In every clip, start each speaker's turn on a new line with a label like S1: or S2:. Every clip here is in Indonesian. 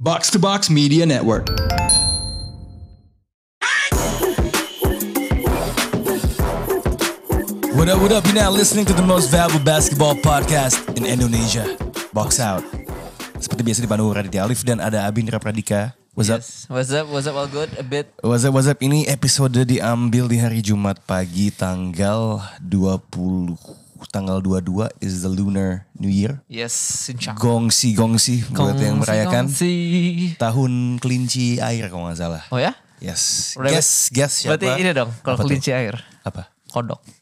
S1: Box to Box Media Network.
S2: What up, what up? You're now listening to the most valuable basketball podcast in Indonesia. Box Out. Seperti biasa dipandu Raditya Alif dan ada Abindra Pradika. What's up?
S3: Yes. What's up? What's up? All good? A bit.
S2: What's up, what's up? Ini episode diambil di hari Jumat pagi tanggal 20. Tanggal 22 is the Lunar New Year.
S3: Yes, insya Allah.
S2: Gongsi, gongsi buat yang merayakan.
S3: Kongsi, kongsi.
S2: Tahun kelinci air kalau nggak salah.
S3: Oh ya?
S2: Yes.
S3: Rabbit.
S2: Guess, guess siapa?
S3: Berarti ini dong, kalau
S2: Apa tuh?
S3: kelinci air.
S2: Apa?
S3: Kodok. Eh.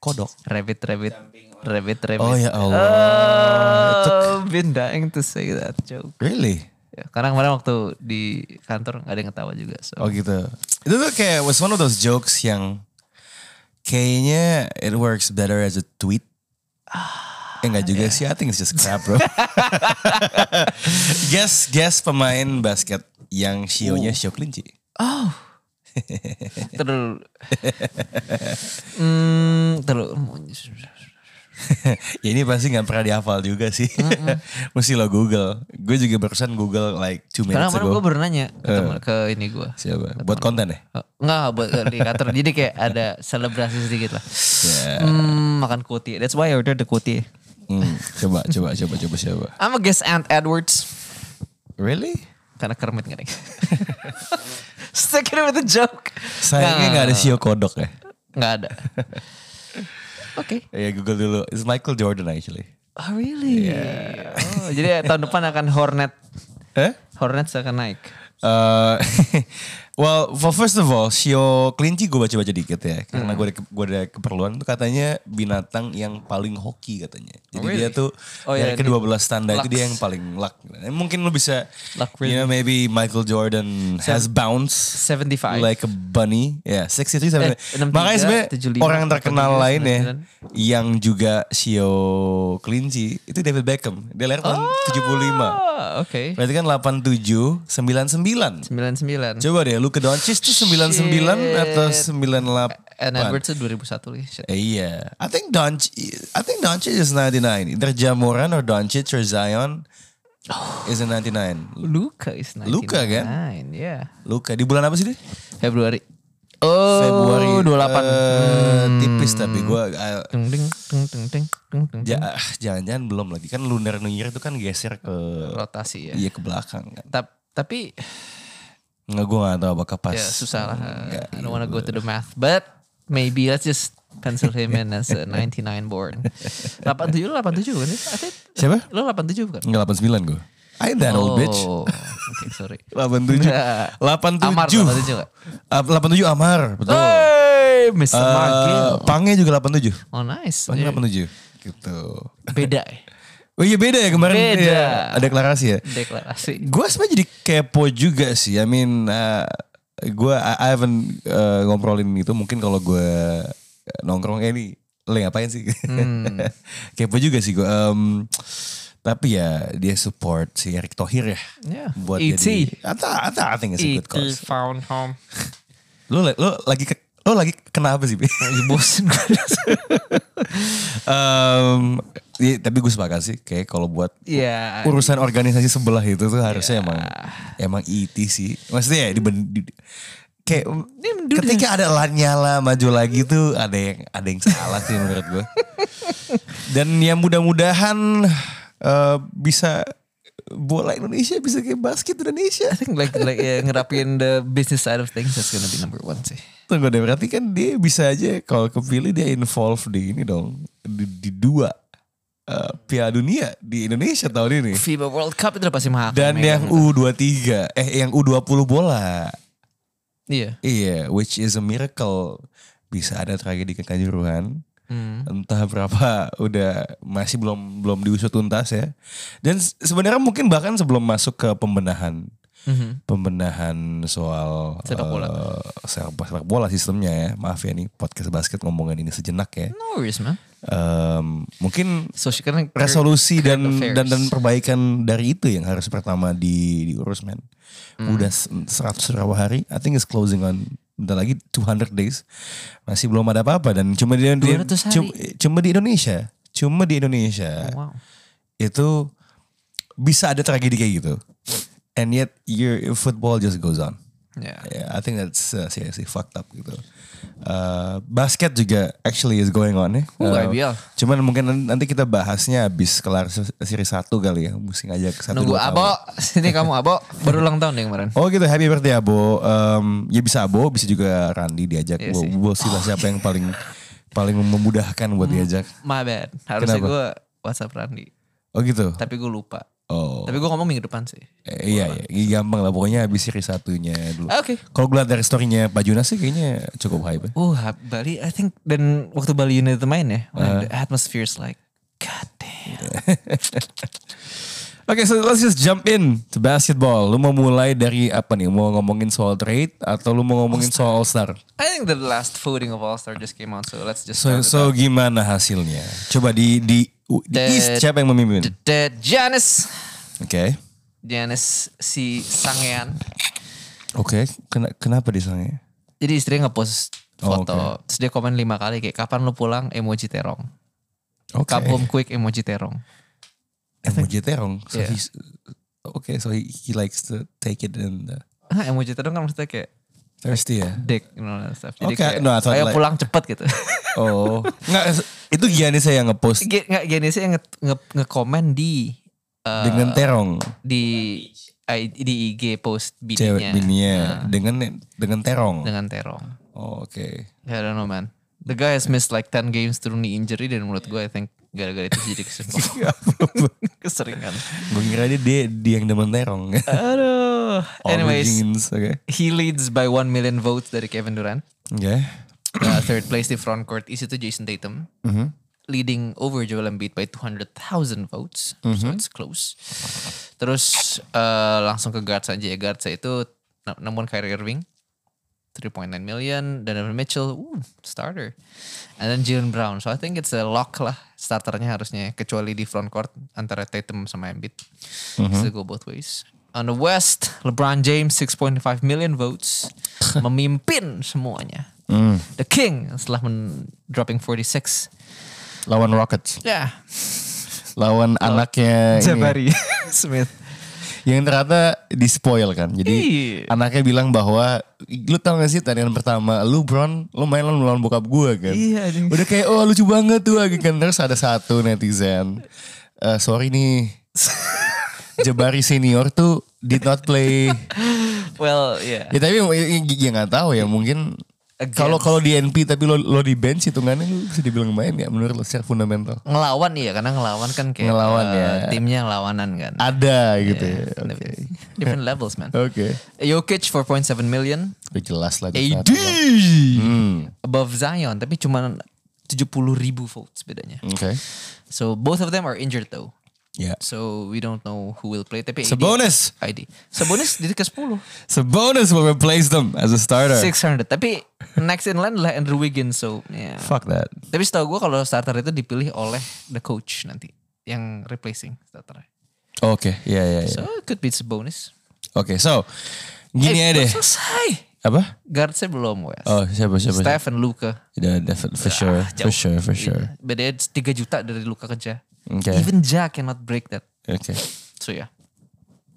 S2: Kodok.
S3: Rabbit, rabbit. Rabbit, rabbit.
S2: Oh ya Allah.
S3: Oh, been dying to say that joke.
S2: Really?
S3: Ya, karena kemarin waktu di kantor gak ada yang ketawa juga. So.
S2: Oh gitu. Itu tuh kayak was one of those jokes yang kayaknya it works better as a tweet. Eh enggak juga sih, I think it's just crap bro. guess, guess pemain basket yang shionya shio kelinci.
S3: Terus. hmm, terus.
S2: ya ini pasti nggak pernah dihafal juga sih. Mesti lo Google. Gue juga barusan Google like two minutes
S3: Karena kemarin gue
S2: ago.
S3: baru nanya ke,
S2: Eh.
S3: temen- ke ini gue.
S2: Siapa? Buat konten ya?
S3: Eh, Enggak, buat di kantor. Jadi kayak ada selebrasi sedikit lah.
S2: Ya.
S3: Hmm, makan kuti. That's why I ordered the kuti.
S2: Hmm, Coba, coba, coba, coba, coba.
S3: I'm a guess Aunt Edwards.
S2: Really?
S3: Karena Kermit nggak ada. Stick it with the joke.
S2: Sayangnya nggak ada shio kodok ya.
S3: Nggak ada. Oke.
S2: Ya Google dulu. It's Michael Jordan actually.
S3: Oh really? Oh, jadi tahun depan akan Hornet.
S2: Eh?
S3: Hornets akan naik.
S2: Uh, well, well, first of all, Shio kelinci gue baca-baca dikit ya, karena gue ada, ke- gua ada keperluan tuh katanya binatang yang paling hoki katanya. Jadi dia
S3: Really?
S2: tuh
S3: Oh,
S2: dari
S3: iya,
S2: kedua belas tanda itu
S3: Lux.
S2: dia yang paling luck. Eh, Mungkin lu bisa,
S3: Luck
S2: you know, maybe Michael Jordan has bounce
S3: 75.
S2: like a bunny, ya yeah, 63
S3: Eh,
S2: 73.
S3: 63,
S2: Makanya sebenarnya
S3: 75,
S2: orang terkenal
S3: 79.
S2: lain ya, yang juga Shio kelinci itu David Beckham. Dia lahir tahun 75.
S3: Oh, oke.
S2: Berarti kan 87, 99.
S3: 99.
S2: Coba deh, Luka Doncic tuh 99 atau
S3: Shit.
S2: 98.
S3: And Edwards tuh 2001 nih. Shit.
S2: Eh, Iya. I think Doncic I think Doncic is 99. Either Jamoran or Doncic or Zion is a 99.
S3: Luka is 99.
S2: Luka kan?
S3: Yeah.
S2: Luka di bulan apa sih dia?
S3: Februari. Oh,
S2: Februari. Eh,
S3: 28. Hmm.
S2: tipis tapi gua I-
S3: Dung, ding, dung, dung, ding, dung, dung.
S2: ja- ah, jangan-jangan belum lagi kan lunar new year itu kan geser ke
S3: Rotasi ya.
S2: iya ke belakang kan.
S3: Tap- tapi
S2: Nggak gue nggak tahu apakah pas. iya.
S3: ya susah lah.
S2: Nggak,
S3: I don't wanna go to the math, but maybe let's just pencil him in as a 99 born. 87 lu 87 bukan sih? I think
S2: Siapa?
S3: lu 87 bukan?
S2: Nggak 89 gue. I ain't that old bitch.
S3: Oh, okay, sorry.
S2: 87.
S3: Nah.
S2: 87.
S3: Amar 87 gak?
S2: Ah, 87 Amar, betul.
S3: Oh, Hey, Mr.
S2: Eh,
S3: Magil.
S2: Pangnya juga 87.
S3: Oh nice.
S2: Pangnya 87. Gitu.
S3: Beda ya
S2: Oh iya beda ya kemarin.
S3: Beda.
S2: Iya, ada deklarasi ya.
S3: deklarasi.
S2: Gue sebenernya jadi kepo juga sih. I mean, eh, gue I, I haven't eh, ngobrolin itu. Mungkin kalau gue nongkrong, eh ini lo ngapain sih?
S3: Hmm.
S2: kepo juga sih gue. Em, tapi ya dia support si Erick Thohir ya.
S3: Yeah.
S2: Buat
S3: E.T..
S2: jadi. I, thought- I, thought- I think it's a good
S3: E.T.
S2: cause.
S3: found home.
S2: Lo, lo lagi ke, lo lagi kenapa sih? Bi?
S3: Bosen gue.
S2: Em, iya, tapi gue sepakat sih, kayak kalau buat
S3: Iya.
S2: urusan organisasi sebelah itu tuh harusnya emang emang IT sih. Maksudnya ya diben- di, kayak ketika ada lanyala maju lagi tuh ada yang ada yang salah sih menurut gue. Dan ya mudah-mudahan eh, bisa bola Indonesia bisa kayak basket Indonesia.
S3: I think like like yeah, ngerapin the business side of things that's gonna be number one sih.
S2: Tunggu deh, berarti kan dia bisa aja kalau kepilih dia involved di ini dong, di, di dua eh, Piala Dunia di Indonesia tahun ini.
S3: FIBA World Cup itu udah pasti mahal. kan, ya.
S2: Dan
S3: Mega.
S2: yang U23, eh yang U20 bola.
S3: Iya.
S2: Iya, which is a miracle. Bisa ada tragedi kekanjuruhan.
S3: Hmm.
S2: Entah berapa udah masih belum belum diusut tuntas ya. Dan se- sebenarnya mungkin bahkan sebelum masuk ke pembenahan pembenahan soal
S3: Hmm. Sepak bola.
S2: eh, sepak, sepak bola sistemnya ya. Maaf ya nih podcast basket ngomongin ini sejenak ya.
S3: No worries man.
S2: Em, mungkin
S3: So she kan
S2: resolusi
S3: current
S2: dan,
S3: affairs.
S2: dan dan perbaikan dari itu yang harus pertama di diurus men.
S3: Hmm.
S2: Udah se- 100 berapa hari, I think it's closing on bentar lagi 200 days. Masih belum ada apa-apa dan cuma di
S3: 200 hari. Oh,
S2: cuma, cuma di Indonesia, cuma di Indonesia
S3: Wow.
S2: itu bisa ada tragedi kayak gitu. and yet your football just goes on.
S3: Yeah.
S2: Yeah, I think that's uh, seriously fucked up gitu. Uh, basket juga actually is going on ya.
S3: Ooh,
S2: Uh,
S3: IBL.
S2: Cuman mungkin nan- nanti kita bahasnya habis kelar se- seri satu kali ya. Mesti ngajak satu
S3: Nunggu
S2: dua
S3: Abo,
S2: kawan.
S3: sini kamu Abo, baru ulang tahun deh kemarin.
S2: Oh gitu, happy birthday Abo. Um, ya bisa Abo, bisa juga Randi diajak.
S3: Iya
S2: Bo-
S3: sih.
S2: Bo sih lah siapa yang paling paling memudahkan buat
S3: Hmm.
S2: diajak.
S3: My bad, harusnya
S2: Kenapa?
S3: gue WhatsApp Randi,
S2: Oh gitu.
S3: tapi gue lupa.
S2: Oh.
S3: Tapi gue ngomong minggu depan sih.
S2: Eh, iya, iya, gampang lah. Pokoknya habis seri satunya dulu.
S3: Ah, Oke.
S2: Kalau gue liat dari story-nya Pak Junas sih kayaknya cukup hype ya.
S3: Uh, Bali, I think dan waktu Bali United main ya, when the atmosphere is like, god damn.
S2: Oke, so let's just jump in to basketball. Lu mau mulai dari apa nih? Mau ngomongin soal trade atau lu mau ngomongin soal All-Star?
S3: I think the last voting of All Star just came out, so let's just
S2: So,
S3: start
S2: so gimana hasilnya? Coba di di, di
S3: The-
S2: East siapa yang memimpin?
S3: with that. Giannis,
S2: Oke.
S3: Giannis si Sangean.
S2: Oke, kena- kenapa ya? disangnya?
S3: Jadi istrinya ngepost
S2: Oh,
S3: foto, terus dia komen lima kali kayak kapan lu pulang emoji terong.
S2: Oke.
S3: Come home quick emoji terong.
S2: Emoji Eh, terong. So
S3: Yeah.
S2: he's- Oke, so he, he likes to take it in the
S3: Ah, emoji terong kan maksudnya kayak
S2: thirsty ya.
S3: dick you know, that stuff. Jadi
S2: Okay,
S3: kayak,
S2: no, I thought
S3: ayo
S2: like-
S3: pulang cepet gitu.
S2: Oh, nggak itu Giannis saya yang ngepost
S3: G- Nggak gini sih yang nge- nge- nge-komen di eh,
S2: dengan terong
S3: di I- di IG post
S2: cewek
S3: bininya Uh.
S2: bininya dengan dengan terong.
S3: dengan terong.
S2: Oh, Oke.
S3: I don't know man. The guy has missed like 10 games through knee injury dan menurut gue I think gara-gara itu jadi kesempatan.
S2: Iya,
S3: keseringan.
S2: Gue kira dia, dia dia yang demen terong.
S3: Aduh. Anyways,
S2: Origins, oke.
S3: he leads by 1 million votes dari Kevin Durant.
S2: Oke.
S3: Uh, third place di front court is itu Jason Tatum. Leading over Joel Embiid by 200,000 votes. So it's close. Terus uh, langsung ke guards aja ya. Guards itu na- namun Kyrie Irving. 3.9 million. Donovan Mitchell. Ooh, starter. And then Jalen Brown. So I think it's a lock lah. Starternya harusnya. Kecuali di front court. Antara Tatum sama Embiid. So go both ways. On the West, LeBron James 6.5 million votes. memimpin semuanya. The King setelah men dropping 46.
S2: Lawan Rockets.
S3: Ya.
S2: Lawan anaknya ini.
S3: Smith.
S2: Yang ternyata dispoil kan. Jadi
S3: Iya.
S2: anaknya bilang bahwa lu tau gak sih tandingan pertama lu Bron lu main lawan lawan bokap gue kan.
S3: Iya, anjing.
S2: Udah kayak oh lucu banget tuh lagi kan terus ada satu netizen. "Eh, sorry nih. Jabari senior tuh did not play.
S3: Well, yeah.
S2: ya tapi ya, ya nggak tahu ya mungkin
S3: Against.
S2: kalau kalau di NP tapi lo lo di bench hitungannya lu bisa dibilang main ya menurut lo secara fundamental.
S3: Ngelawan iya karena ngelawan kan kayak
S2: Ngelawan,
S3: eh,
S2: ya.
S3: timnya lawanan kan.
S2: Ada gitu ya. Oke.
S3: Different- Different levels, man.
S2: Oke.
S3: Jokic 4.7 million.
S2: Udah jelas lah.
S3: AD
S2: Oke. Hmm,
S3: above Zion tapi cuma 70 ribu votes bedanya.
S2: Hmm.
S3: So both of them are injured though.
S2: Ya.
S3: So we don't know who will play. Tapi
S2: Sabonis.
S3: ID. Sabonis di ke 10.
S2: Sabonis will replace them as a starter.
S3: 600. Tapi next in line adalah Andrew Wiggins. So yeah.
S2: Fuck that.
S3: Tapi setahu gue kalau starter itu dipilih oleh the coach nanti yang replacing starter.
S2: Oke, ya ya ya.
S3: So it could be Sabonis.
S2: Oke, so gini
S3: Eh,
S2: aja deh.
S3: belum Selesai.
S2: Apa?
S3: Guardsnya belum Wes.
S2: Oh, siapa siapa? siapa?
S3: Steph and Luka.
S2: Yeah, defi- for sure, for sure, for sure.
S3: Iya. Bedanya 3 juta dari Luka kerja.
S2: Oke.
S3: Even Ja cannot break that.
S2: Oke.
S3: So yeah.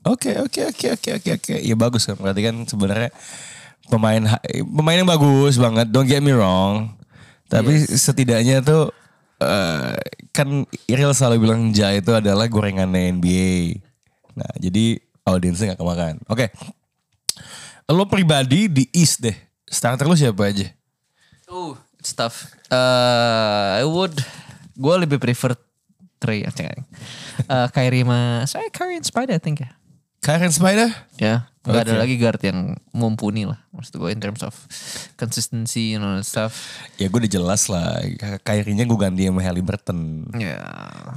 S2: Oke, oke, oke, oke, oke, oke. Ya bagus kan. Berarti kan sebenarnya pemain ha- pemain yang bagus banget. Don't get me wrong. Tapi setidaknya tuh eh, kan Iril selalu bilang Ja itu adalah gorengannya NBA. Nah, jadi audiensnya nggak kemakan. Oke. Lo pribadi di East deh. Starter lo siapa aja?
S3: Oh, it's tough. Uh, I would, gue lebih prefer Trey. I think. Uh, Kyrie mah, saya Kyrie and Spider I think ya.
S2: Karen Spider?
S3: Ya, nggak ada
S2: Okay.
S3: lagi guard yang mumpuni lah. Maksud gue in terms of consistency you know, and stuff.
S2: Ya gue udah jelas lah. Kyrie-nya gue ganti sama Halliburton.
S3: Ya,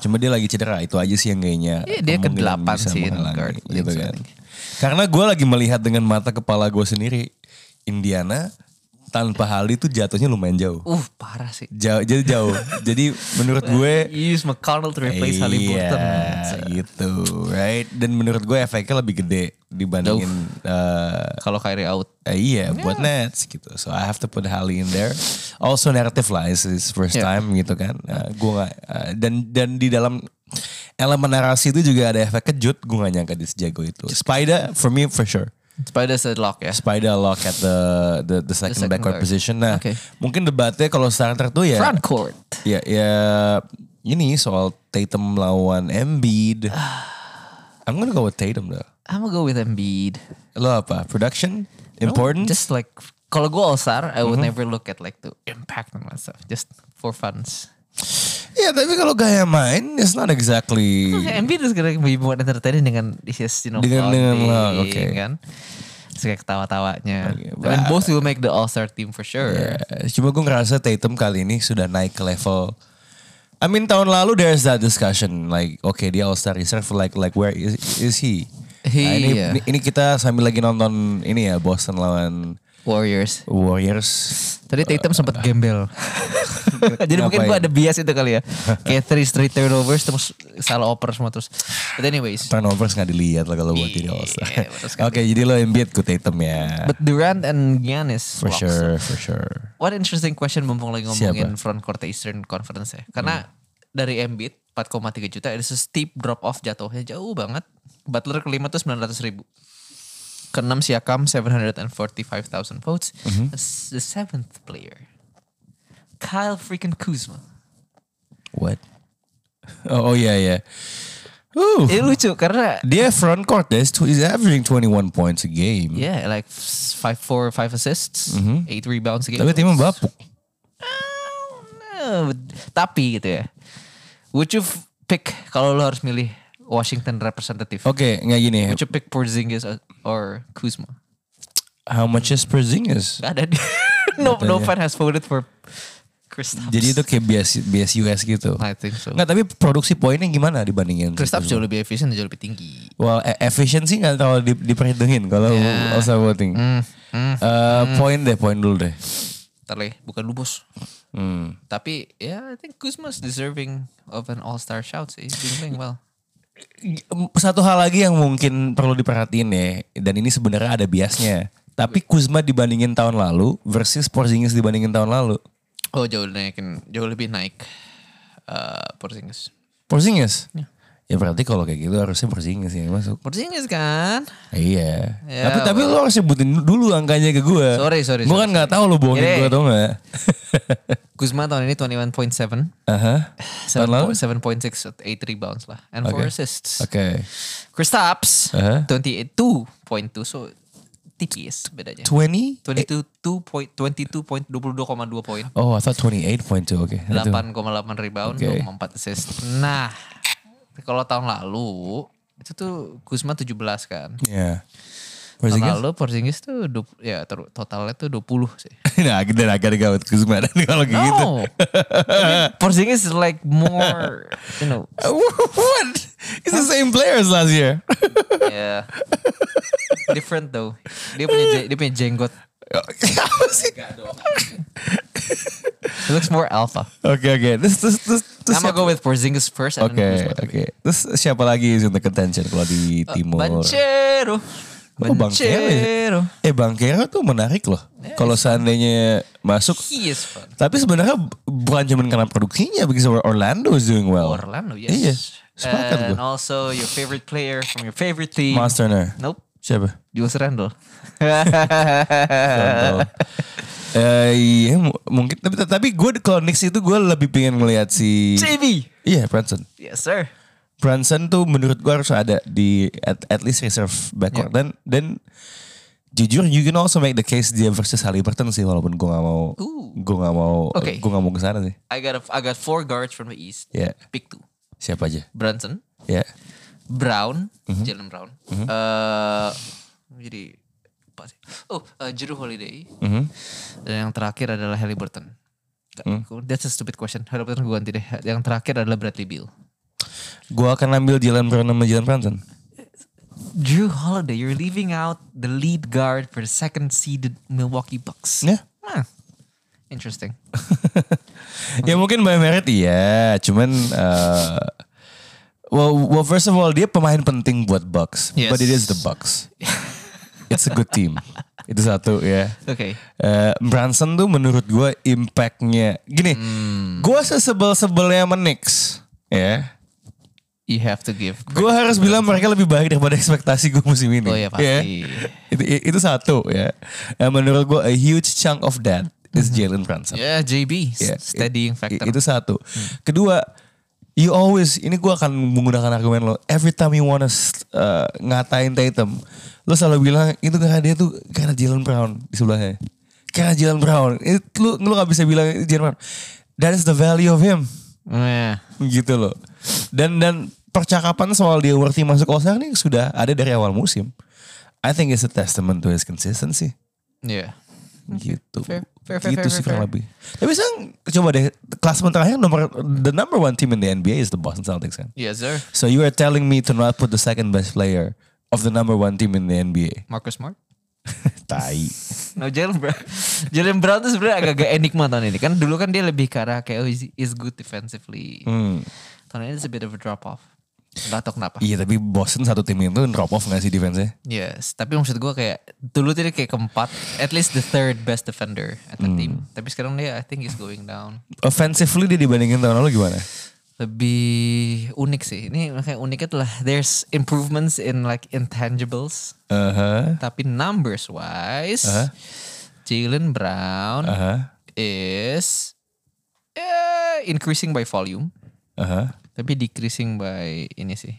S2: Cuma dia lagi cedera itu aja sih yang kayaknya.
S3: Iya, dia
S2: kemungkinan
S3: kedelapan
S2: bisa
S3: sih in
S2: menghalangi,
S3: guard
S2: gitu
S3: leagues, I
S2: kan.
S3: think.
S2: Karena gue lagi melihat dengan mata kepala gue sendiri, Indiana tanpa Hali tuh jatuhnya lumayan jauh.
S3: uh parah sih.
S2: Jauh, jadi jauh. jadi menurut gue
S3: You use McConnell to replace Haliburton.
S2: Iya, gitu, right? Dan menurut gue efeknya lebih gede dibandingin eh,
S3: Kalau Kyrie out,
S2: Eh, iya buat Nets gitu. So I have to put Hali in there. Also narrative lah, it's his first
S3: Yeah.
S2: time gitu kan. Eh, gua nggak eh, dan dan di dalam elemen narasi itu juga ada efek kejut. Gue gak nyangka dia sejago itu. Spider for me for sure.
S3: Spider said lock ya.
S2: Spider lock at the the, the second,
S3: second
S2: backward
S3: back.
S2: position. Nah,
S3: Oke.
S2: mungkin debatnya kalau starter tuh ya
S3: Front court.
S2: ya ya ini soal Tatum lawan Embiid. I'm gonna go with Tatum though.
S3: I'm gonna go with Embiid.
S2: Lo apa? Production? Important?
S3: Just like kalau gue all star, I would never look at like the impact on myself. Just for funs.
S2: Ya tapi kalau gaya main, it's not exactly.
S3: Okay, Embiid is gonna be more entertaining Hmm. dengan his you know
S2: Dengan- dengan
S3: flaunting,
S2: lock, okay.
S3: kan. Terus kayak ketawa-tawanya.
S2: Okay,
S3: And both will make the all star team for sure.
S2: Ya, Cuma gue ngerasa Tatum kali ini sudah naik ke level. I mean tahun lalu there's that discussion like oke dia All Star reserve like like where is is he?
S3: He,
S2: Nah, ini,
S3: yeah.
S2: ini ini kita sambil lagi nonton ini ya Boston lawan
S3: Warriors.
S2: Warriors.
S3: Tadi Tatum sempat gembel. Jadi mungkin gue
S2: Ngapain?
S3: ada bias itu kali ya. Kayak three straight turnovers terus salah oper semua terus. But anyways,
S2: Turnovers nggak dilihat lah kalau buat jadi All Star.
S3: Iya, betul sekali.
S2: Oke jadi lo Embiid ku Tatum ya.
S3: but Durant and Giannis
S2: For
S3: locks.
S2: sure, for sure.
S3: What interesting question mumpung lagi ngomongin front court Eastern Conference ya. Karena
S2: Hmm.
S3: dari Embiid 4,3 juta itu steep drop off jatuhnya jauh banget. Butler kelima tuh 900 ribu. Keenam Siakam 745,000 votes.
S2: Mhm.
S3: S- The seventh player. Kyle freaking Kuzma.
S2: What? Oh, oh iya iya. Uh,
S3: Ini Eh, lucu karena
S2: dia front court is he's averaging 21 points a game.
S3: Yeah, like s- five, four, five assists, eight rebounds a game.
S2: Mhm. Tapi timnya bapuk.
S3: Eh, Tapi gitu ya. Would you f- pick kalau lo harus milih Washington representative?
S2: Oke, nggak gini.
S3: Would you pick Porzingis or- or Kuzma?
S2: How much is Porzingis?
S3: Gak ada. di- no, no fan has voted for Kristaps.
S2: Jadi itu kayak bias bias US gitu.
S3: I think so.
S2: Nggak, tapi produksi poinnya gimana dibandingin?
S3: Kristaps jauh lebih efisien, dan jauh lebih tinggi.
S2: Well, e- efficiency nggak terlalu di- diperhitungin kalau
S3: Ya.
S2: all star voting. Eh, Poin deh, poin dulu deh.
S3: Ntar lah ya, bukan lu bos. Hmm. Tapi ya, I think Kuzma's deserving of an all-star shout sih. He's been playing well.
S2: Satu hal lagi yang mungkin perlu diperhatiin ya, dan ini sebenarnya ada biasnya. Tapi Kuzma dibandingin tahun lalu versus Porzingis dibandingin tahun lalu.
S3: Oh jauh naikin, jauh lebih naik eh Porzingis.
S2: Porzingis? Ya berarti kalau kayak gitu harusnya Porzingis yang masuk.
S3: Porzingis kan?
S2: Iya.
S3: Ya,
S2: tapi tapi lo harus sebutin dulu angkanya ke gue.
S3: Sorry, sorry,
S2: Gue
S3: sorry,
S2: kan nggak tahu lo bohongin
S3: Gini.
S2: gue atau nggak.
S3: Kuzma tahun ini 21.7,
S2: Aha. Tahun lalu?
S3: 7.6 at 8 rebounds lah and 4 assists.
S2: Oke.
S3: Kristaps
S2: Uh-huh.
S3: 22.2 so tipis bedanya.
S2: 20?
S3: 22 point 22 point 22,2 poin, 8,8
S2: Oh, I thought 28.2. Oke. Nah, Itu.
S3: rebound,
S2: Oke.
S3: 2,4 assist. Nah, kalau tahun lalu itu tuh Kuzma 17 kan.
S2: Iya.
S3: Tahun
S2: Porzingis?
S3: lalu Porzingis tuh du- ya ter- totalnya tuh 20 sih.
S2: nah, kita agak gawat Kuzma dan kalau kayak gitu.
S3: No. I mean, Porzingis is like more, you know.
S2: What? It's the same player as last year.
S3: Yeah. Different though. Dia punya
S2: Eh.
S3: je- dia punya jenggot.
S2: Apa sih?
S3: He looks more alpha.
S2: Oke oke. Terus terus terus terus
S3: I'm gonna
S2: siapa-
S3: go with Porzingis first and
S2: Oke
S3: then Kuzma.
S2: oke. Terus siapa lagi is in the contention kalau di
S3: Eh,
S2: timur?
S3: Banchero.
S2: Oh, Banchero.
S3: Banchero.
S2: Eh Bang Kero tuh menarik loh. Kalau seandainya masuk.
S3: He is fun.
S2: Tapi sebenarnya bukan cuma karena produksinya. Because Orlando is doing well.
S3: Orlando, yes. Eh,
S2: Iya. Sepakat
S3: And
S2: gue.
S3: also your favorite player from your favorite team.
S2: Miles Turner.
S3: Nope.
S2: Siapa?
S3: Julius Randle.
S2: Randall. Eh, iya mu- mungkin. Tapi, tapi gue kalau Knicks itu gue lebih pengen ngeliat si.
S3: JB.
S2: Iya Branson.
S3: Yes, sir.
S2: Brunson tuh menurut gua harus ada di at, at least reserve backcourt dan dan jujur you can also make the case dia versus Haliburton sih walaupun gua nggak mau
S3: Ooh.
S2: gua nggak mau
S3: Oke.
S2: gua nggak mau ke sana sih
S3: I got a, I got four guards from the East.
S2: Yeah.
S3: Pick two.
S2: siapa aja
S3: Brunson,
S2: ya
S3: Brown, Jalen Brown. Eh jadi apa sih? Oh, eh, Jrue Holiday. Dan yang terakhir adalah Halliburton. Nggak, gua- That's a stupid question. Halliburton gue ganti deh. Yang terakhir adalah Bradley Beal.
S2: gua akan ambil Jalen Brown sama Jalen Brunson
S3: Drew Holiday, you're leaving out the lead guard for the second seeded Milwaukee Bucks.
S2: ya
S3: Huh. Interesting.
S2: ya mungkin by merit iya cuman eh, well, well first of all dia pemain penting buat Bucks
S3: Yes.
S2: but it is the Bucks it's a good team itu satu ya
S3: Oke.
S2: Eh, Branson tuh menurut gue impactnya gini, gue sesebel sebelnya sama Knicks, ya.
S3: you have to give.
S2: Gue harus bilang mereka lebih baik daripada ekspektasi gue musim ini.
S3: Oh iya, pasti.
S2: Ya. Itu, itu satu ya. Nah, menurut gue a huge chunk of that is Jalen Brunson.
S3: Ya JB,
S2: Ya, it-
S3: steadying factor. Hmm.
S2: Itu satu. Kedua, you always ini gue akan menggunakan argumen lo. Every time you wanna uh, ngatain Tatum, lo selalu bilang itu karena dia tuh karena Jalen Brown di sebelahnya. Karena Jalen Brown. Itu lo lo gak bisa bilang itu Jalen Brown. That is the value of him
S3: Nah,
S2: gitu loh. Dan dan percakapan soal dia worthy masuk All Star ini sudah ada dari awal musim. I think it's a testament to his consistency.
S3: ya.
S2: Gitu.
S3: Fair, fair, fair,
S2: gitu
S3: fair,
S2: sih
S3: fair,
S2: kurang
S3: fair.
S2: lebih. Tapi sekarang coba deh klasemen terakhir nomor the number one team in the NBA is the Boston Celtics kan.
S3: Yes sir.
S2: So you are telling me to not put the second best player of the number one team in the NBA.
S3: Marcus Smart.
S2: Tai.
S3: No Jalen Brown. Jalen Brown tuh sebenarnya agak-agak enigma tahun ini. Kan dulu kan dia lebih ke arah kayak oh, is- is good defensively. Tahun ini is a bit of a drop off. Gak tau kenapa.
S2: Iya tapi Boston satu tim itu drop off gak sih defense-nya?
S3: Yes, tapi maksud gue kayak dulu tuh dia kayak keempat, at least the third best defender at the team. Tapi sekarang dia I think is going down.
S2: Offensively dia dibandingin tahun lalu gimana?
S3: Lebih unik sih. Ini makanya uniknya itulah there's improvements in like intangibles,
S2: Uh-huh.
S3: tapi numbers wise, Jalen Brown
S2: Uh-huh.
S3: is eh, increasing by volume,
S2: Uh-huh.
S3: tapi decreasing by ini sih.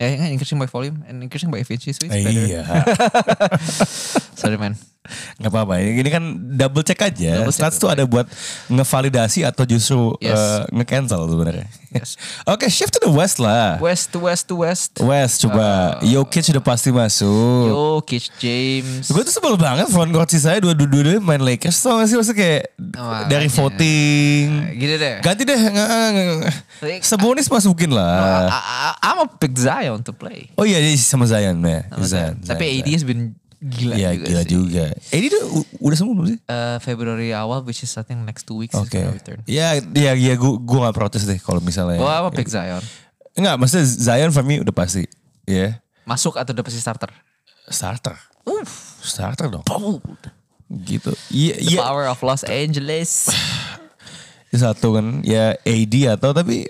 S3: Eh, enggak, increasing by volume and increasing by efficiency. so it's better.
S2: Iya.
S3: Sorry man.
S2: Gak apa-apa, ini kan double check aja.
S3: Double check,
S2: Stats tuh ada buat ngevalidasi atau justru
S3: Yes.
S2: eh, nge-cancel sebenarnya.
S3: Yes.
S2: Oke, shift to the West lah.
S3: West Ah. to west to west.
S2: West coba. Jokic udah pasti masuk.
S3: Jokic, James.
S2: Gue tuh sebel banget front court sisanya dua-dua main Lakers tau gak sih maksudnya kayak
S3: Makanya.
S2: dari voting.
S3: Gitu deh.
S2: Ganti deh. nge- nge- nge-
S3: Tapi-
S2: Sebonis masukin lah.
S3: I, I, I'm a big Zion to play.
S2: Oh iya, dia sama Zion ya. Zion,
S3: Tapi
S2: Zion,
S3: AD
S2: Zion.
S3: has been gila
S2: Iya,
S3: juga
S2: gila
S3: sih.
S2: juga. AD tuh u- udah sembuh belum sih?
S3: Eh, Februari awal, which is I think next two weeks is
S2: Oke.
S3: gonna return.
S2: Ya, ya, ya, gue gue gak protes deh kalau misalnya.
S3: Gue apa pick Zion?
S2: Enggak, maksudnya Zion for me udah pasti. Ya,
S3: Masuk atau udah pasti starter?
S2: starter.
S3: Uff.
S2: Starter dong.
S3: Bold.
S2: Gitu. Iya,
S3: The
S2: iya.
S3: power of Los Angeles.
S2: Satu kan, ya AD atau tapi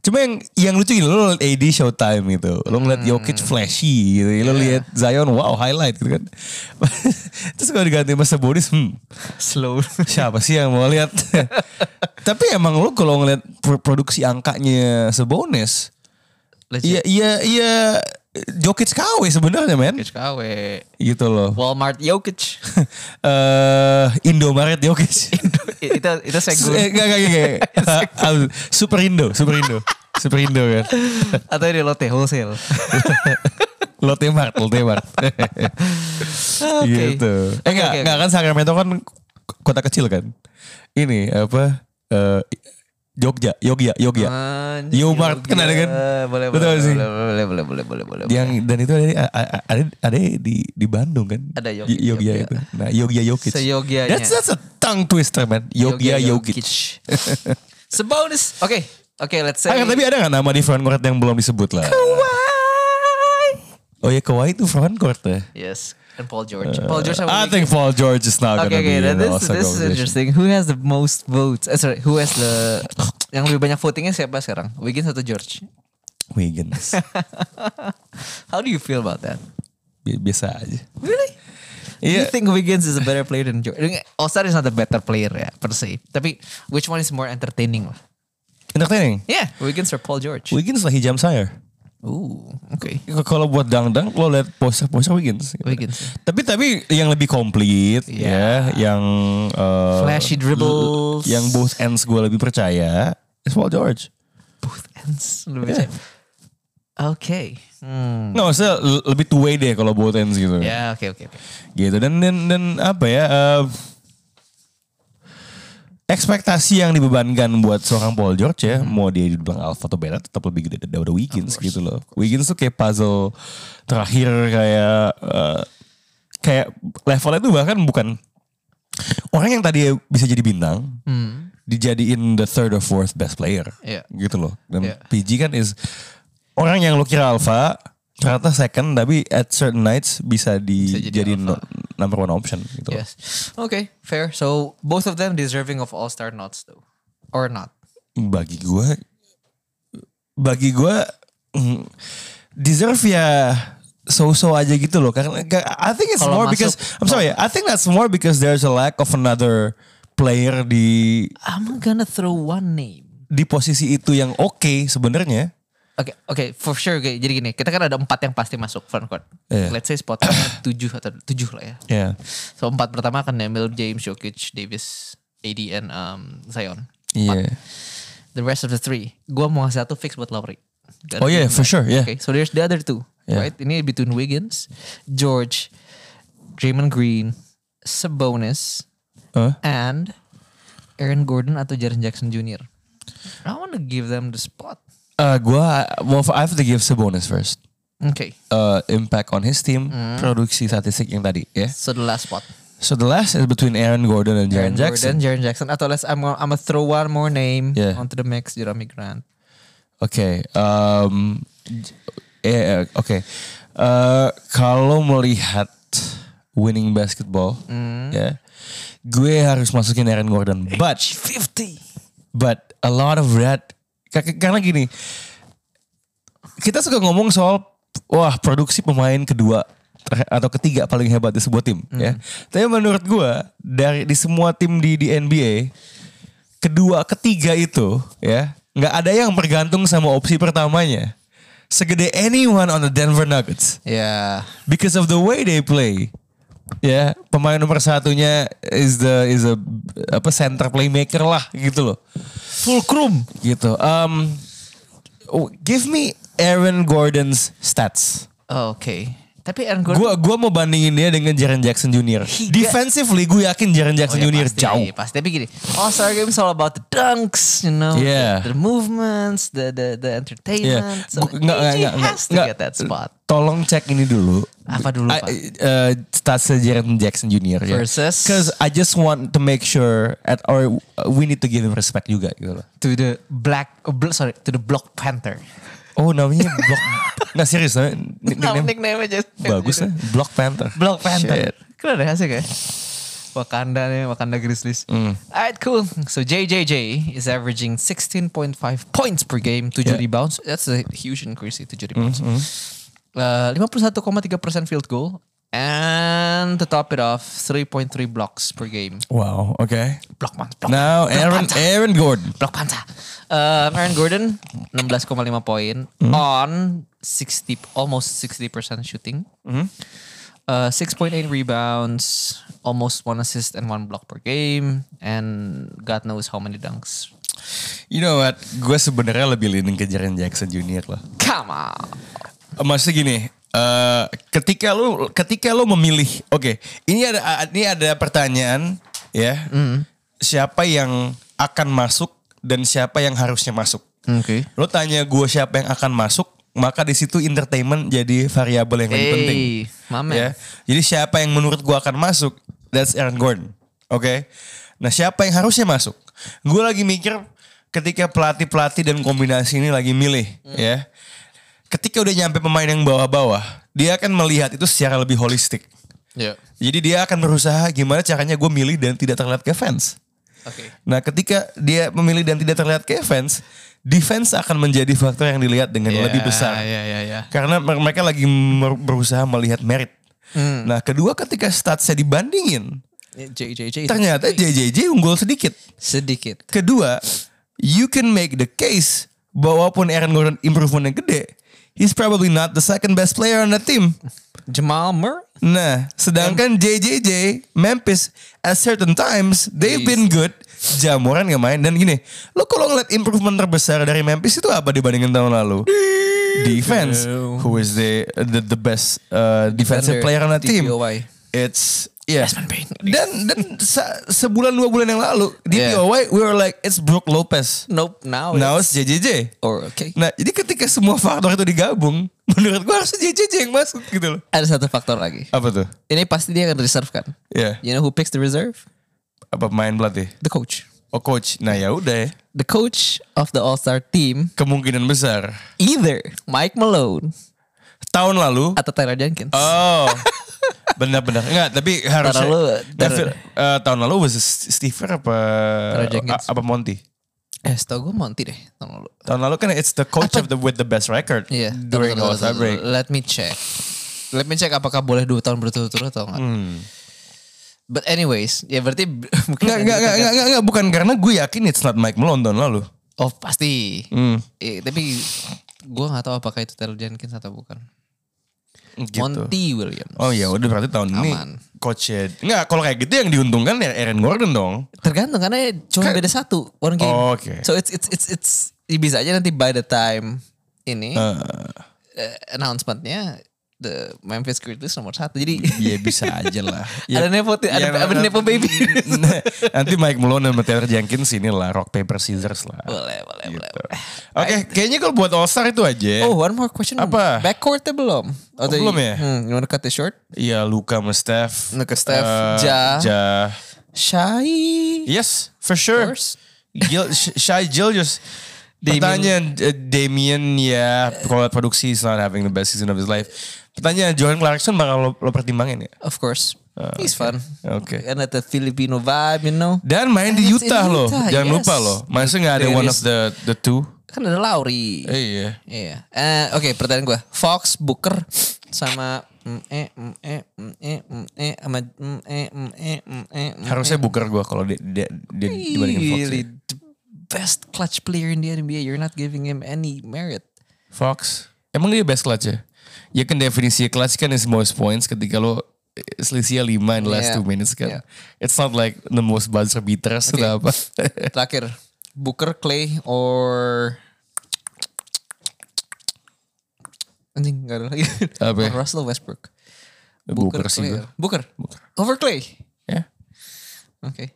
S2: Cuma yang yang lucu gini, lo ngeliat AD Showtime gitu. Lo ngeliat
S3: Hmm.
S2: Jokic flashy gitu.
S3: Iya.
S2: Lo liat Zion, wow highlight gitu kan. Terus kalau diganti sama Sabonis, hmm,
S3: Slow.
S2: siapa sih yang mau lihat? tapi emang lo kalau ngeliat pro- produksi angkanya Sabonis,
S3: Legit.
S2: iya iya iya Jokic KW sebenarnya men.
S3: Jokic KW.
S2: Gitu loh.
S3: Walmart Jokic.
S2: eh Indomaret Jokic.
S3: itu itu
S2: Eh,
S3: segue.
S2: enggak, enggak, enggak, enggak. Ah, Super Indo, Super Indo. Super Indo kan.
S3: atau di Lotte Wholesale.
S2: Lotte Mart, Lotte Mart.
S3: Oke.
S2: Gitu. Eh
S3: Oke,
S2: enggak,
S3: oke,
S2: enggak kan Sacramento kan kota kecil kan. Ini apa eh Jogja, Jogja, Jogja.
S3: Ah, Anjir,
S2: Yomart kan ada kan?
S3: Boleh,
S2: Lu
S3: boleh,
S2: tau gak sih?
S3: boleh, boleh, boleh, boleh, boleh, boleh.
S2: Yang dan itu ada di- ada ada di di Bandung kan?
S3: Ada Jogja,
S2: Y- Jogja
S3: Jogja.
S2: itu. Nah, Jogja Jokic.
S3: Seyogianya.
S2: That's that's a tongue twister man. Jogja Jokic.
S3: Sebonus. Oke. Oke, let's say.
S2: Ah, tapi ada nggak nama di front court yang belum disebut lah? Oh ya Kawhi itu front court ya.
S3: Yes. And Paul George. Paul George.
S2: I
S3: I would-
S2: think Paul George is not
S3: Oke,
S2: gonna
S3: oke.
S2: be in
S3: then This,
S2: the All-Star
S3: this is
S2: conversation.
S3: interesting. Who has the most votes? Eh, sorry. Who has the... yang lebih banyak votingnya siapa sekarang? Wiggins atau George?
S2: Wiggins.
S3: How do you feel about that?
S2: Bi- Biasa aja.
S3: Really? You
S2: Iya.
S3: think Wiggins is a better player than George? All-Star is not a better player ya, per se. Tapi, which one is more entertaining lah?
S2: Entertaining.
S3: Yeah, Wiggins or Paul George?
S2: Wiggins lagi jam saya.
S3: Ooh, okay.
S2: Kalau buat dangdang lo lihat poster-poster Wiggins. gitu.
S3: Wiggins.
S2: Tapi tapi yang lebih komplit ya, yang eh,
S3: Flashy dribbles.
S2: yang both ends gue lebih percaya is Paul George.
S3: both ends. Lebih yeah. Okay. Hmm.
S2: Nggak maksudnya le- lebih two way deh kalau both ends gitu.
S3: Ya, oke oke oke.
S2: gitu dan dan dan apa ya eh, ekspektasi yang dibebankan buat seorang Paul George ya mau dia dibilang alpha atau beta tetap lebih gede daripada Wiggins gitu loh Wiggins tuh kayak puzzle terakhir kayak eh, kayak levelnya tuh bahkan bukan orang yang tadi bisa jadi bintang dijadiin the third or fourth best player
S3: Hmm. Iya.
S2: gitu loh dan
S3: Iya.
S2: PG kan is orang yang lo kira alpha ternyata second tapi at certain nights bisa
S3: Bisa jadi
S2: dijadiin
S3: alpha.
S2: no- number one option gitu loh.
S3: Yes. Okay, fair. So both of them deserving of all-star nods though. Or not.
S2: bagi gue bagi gue mm, deserve ya so-so aja gitu loh karena ka- I think it's
S3: Kalau
S2: more
S3: masuk-
S2: because I'm sorry I think that's more because there's a lack of another player di
S3: I'm gonna throw one name.
S2: di posisi itu yang oke sebenarnya
S3: Oke, oke, for sure. Oke, jadi gini, kita kan ada empat yang pasti masuk front court.
S2: Iya.
S3: Let's say spotnya tujuh atau tujuh lah ya.
S2: ya
S3: So empat pertama akan Nemil, James, Jokic, Davis, AD, and um, Zion.
S2: iya
S3: The rest of the three, gua mau ngasih satu fix buat Lowry. Gak ada
S2: Oh, yeah,
S3: pilihan
S2: for
S3: lain.
S2: sure, yeah.
S3: Okay, so there's the other two,
S2: Yeah.
S3: right? Ini between Wiggins, George, Draymond Green, Sabonis,
S2: Huh?
S3: and Aaron Gordon atau Jaren Jackson Jr. I want to give them the spot.
S2: Eh, gue well, I have to give Sabonis first
S3: Okay,
S2: Uh, impact on his team
S3: Hmm.
S2: produksi statistik yang tadi ya
S3: so the last spot.
S2: so the last is between Aaron Gordon and Jaren
S3: Aaron
S2: Jackson
S3: Gordon, Jaren Jackson. Atau let's I'm gonna, I'm gonna throw one more name
S2: Yeah.
S3: onto the mix, Jeremy Grant.
S2: Oke, um, eh, eh, oke. Eh, kalau melihat winning basketball, ya, gue harus masukin Aaron Gordon. But,
S3: 50.
S2: but a lot of that, ka- karena gini, kita suka ngomong soal wah produksi pemain kedua ter- atau ketiga paling hebat di sebuah tim, ya. Tapi menurut gue dari di semua tim di di NBA, kedua ketiga itu ya nggak ada yang bergantung sama opsi pertamanya segede anyone on the Denver Nuggets
S3: Yeah.
S2: because of the way they play ya pemain nomor satunya is the is a apa center playmaker lah gitu loh
S3: Fulcrum.
S2: gitu um oh, give me Aaron Gordon's stats
S3: Oh, Okay. Tapi Aaron Gordon.
S2: gua gua mau bandingin dia dengan Jaren Jackson Jr.
S3: He got-
S2: Defensively gue yakin Jaren
S3: Oh,
S2: Jackson Jr.
S3: ya, pasti,
S2: jauh
S3: Pasti. Tapi gini, All Star Game is all about the dunks, you know,
S2: Yeah.
S3: the, the movements, the the the entertainment. So
S2: Gu- nggak, nggak,
S3: AJ
S2: nggak,
S3: has to
S2: nggak.
S3: get that spot.
S2: Tolong cek ini dulu.
S3: Apa dulu,
S2: I-
S3: Pak?
S2: Uh, statsnya Jaren Jackson Jr. ya.
S3: Versus?
S2: Cause I just want to make sure at or uh, we need to give him respect juga gitu loh.
S3: To the black, oh, bl- sorry, to the Block Panther.
S2: Oh namanya Block. nggak serius namanya
S3: Nah,
S2: nickname
S3: nickname aja.
S2: bagus lah. Block Panther.
S3: Block
S2: Shit.
S3: Panther. Keren ya sih kayak. Wakanda nih, Wakanda Grizzlies.
S2: Hmm.
S3: Alright, cool. So JJJ is averaging 16.5 points per game, 7
S2: Yeah. Hmm,
S3: rebounds. That's a huge increase sih, 7 rebounds. Uh, 51,3% field goal. And to top it off, 3.3 blocks per game.
S2: Wow. Okay.
S3: Block man, block
S2: Now Aaron Aaron Gordon.
S3: Blok panca. Um, Aaron Gordon 16,5 poin
S2: Hmm?
S3: on 60 almost 60% shooting.
S2: Hmm?
S3: Uh, 6.8 rebounds, almost one assist and one block per game, and God knows how many dunks.
S2: You know what? Gue sebenarnya lebih leaning ke Jaren Jackson Jr. lah.
S3: Come on.
S2: Maksudnya gini, eh ketika lu ketika lu memilih, oke, ini ada ini ada pertanyaan ya. Siapa yang akan masuk dan siapa yang harusnya masuk?
S3: Oke.
S2: Lu tanya gue siapa yang akan masuk, maka di situ entertainment jadi variabel yang lebih penting.
S3: Hey, my man.
S2: Ya. Jadi siapa yang menurut gue akan masuk? That's Aaron Gordon. Oke. Nah, siapa yang harusnya masuk? Gue lagi mikir ketika pelatih-pelatih dan kombinasi ini lagi milih, ya. Ketika udah nyampe pemain yang bawah-bawah, dia akan melihat itu secara lebih holistik.
S3: Yeah.
S2: Jadi dia akan berusaha gimana caranya gue milih dan tidak terlihat ke fans.
S3: Okay.
S2: Nah, ketika dia memilih dan tidak terlihat ke fans, defense akan menjadi faktor yang dilihat dengan
S3: Iya,
S2: lebih besar
S3: Yeah, yeah, yeah.
S2: karena mer- mereka lagi mer- berusaha melihat merit. Nah, kedua ketika statsnya dibandingin,
S3: JJJ
S2: ternyata JJJ unggul sedikit.
S3: sedikit.
S2: Kedua, you can make the case bahwa walaupun Aaron Gordon improvementnya gede, he's probably not the second best player on the team.
S3: Jamal Murray
S2: Nah, sedangkan JJJ, Memphis, at certain times they've been good. Jamoran gak main dan gini, lo kalau ngeliat improvement terbesar dari Memphis itu apa dibandingkan tahun lalu? Defense, who is the the, the best uh, defensive
S3: Defender,
S2: player on the team?
S3: DPOY.
S2: It's yeah.
S3: Desmond Bain.
S2: Dan dan se- sebulan dua bulan yang lalu DPOY we were like it's Brook Lopez.
S3: Nope, now,
S2: Now
S3: it's
S2: it's JJJ.
S3: or okay.
S2: Nah, jadi ketika semua faktor itu digabung, menurut gua harus JJJ yang masuk gitu loh.
S3: Ada satu faktor lagi.
S2: Apa tuh?
S3: Ini pasti dia akan reserve kan?
S2: Yeah.
S3: You know who picks the reserve?
S2: apa main pelatih?
S3: The coach.
S2: Oh coach, nah ya udah ya.
S3: the coach of the All Star team,
S2: Kemungkinan besar
S3: either Mike Malone
S2: tahun lalu.
S3: atau Tyler Jenkins.
S2: Oh, benar-benar enggak. Tapi harusnya
S3: lalu,
S2: Nah, Phil, eh, tahun lalu was Steve Kerr apa a-
S3: Jenkins.
S2: apa Monty?
S3: Eh, setahu gue Monty deh tahun lalu.
S2: Tahun lalu kan it's the coach of the with the best record
S3: Iya.
S2: during
S3: tunggu, tunggu,
S2: all star
S3: tunggu,
S2: break.
S3: tunggu. Let me check. Let me check apakah boleh dua tahun berturut-turut atau enggak.
S2: Hmm.
S3: But anyways, ya berarti b-
S2: Enggak, enggak,
S3: mungkin iya.
S2: enggak, enggak, enggak, enggak, bukan karena gue yakin it's not Mike Malone tahun lalu.
S3: Oh pasti.
S2: Hmm.
S3: Eh, tapi gue nggak tahu apakah itu Taylor Jenkins atau bukan.
S2: Gitu.
S3: Monty Williams.
S2: Oh ya udah berarti tahun
S3: Aman.
S2: ini coachnya. Enggak, kalau kayak gitu yang diuntungkan ya Aaron Gordon dong.
S3: Tergantung karena cuma beda satu one game.
S2: Kan- Oh, oke.
S3: So it's it's it's it's bisa aja nanti by the time ini eh, announcementnya the Memphis Grizzlies nomor satu. Jadi
S2: Ya bisa aja lah. Ya,
S3: ada nepo ada,
S2: ya,
S3: ada
S2: nanti- Nah,
S3: nepo baby.
S2: Nanti Mike Malone sama Taylor Jenkins ini lah rock paper scissors lah.
S3: boleh boleh boleh.
S2: Gitu. Oke, kayaknya kalau buat All Star itu aja.
S3: Oh, one more question.
S2: Apa?
S3: Backcourtnya belum? Atau-
S2: belum ya?
S3: Hmm, you wanna cut it short?
S2: Iya, Luka sama Steph.
S3: Luka, Steph,
S2: Eh,
S3: Ja.
S2: Ja.
S3: Shy.
S2: Yes, for sure.
S3: course.
S2: Gil, Sh- Shai Gil just Pertanyaan eh, Damien ya kalau lihat produksi he's not having the best season of his life. Pertanyaan Jordan Clarkson bakal lo, lo pertimbangin ya?
S3: Of course.
S2: Ah,
S3: He's fun.
S2: Oke.
S3: And at the Filipino vibe, you know.
S2: Dan main
S3: And
S2: di
S3: it's in
S2: Utah loh,
S3: Utah,
S2: jangan
S3: yes.
S2: lupa loh. Masa nggak ada
S3: There
S2: one
S3: is-
S2: of the the two?
S3: Kan ada Lauri.
S2: Eh, Iya.
S3: Iya. Eh, Oke, pertanyaan gue. Fox, Booker, sama mm, eh, mm, eh, mm, eh, mm, eh, sama mm, eh, mm, eh, mm, eh, mm,
S2: Harusnya Booker gue kalau dia, dia, dia
S3: eh.
S2: dibandingin Fox. ya.
S3: Really the best clutch player in the NBA. You're not giving him any merit.
S2: Fox, emang dia best clutch ya? Ya kan definisi clutch kan is most points ketika lo eh, selisihnya 5 in the last
S3: Iya.
S2: two minutes kan.
S3: Iya.
S2: It's not like the most buzzer beaters atau apa.
S3: Terakhir, Booker, Clay, or anjing nggak ada lagi.
S2: Apa ya?
S3: Or Russell Westbrook.
S2: Booker sih
S3: Clay.
S2: gua.
S3: Booker. Over Clay.
S2: ya.
S3: Oke.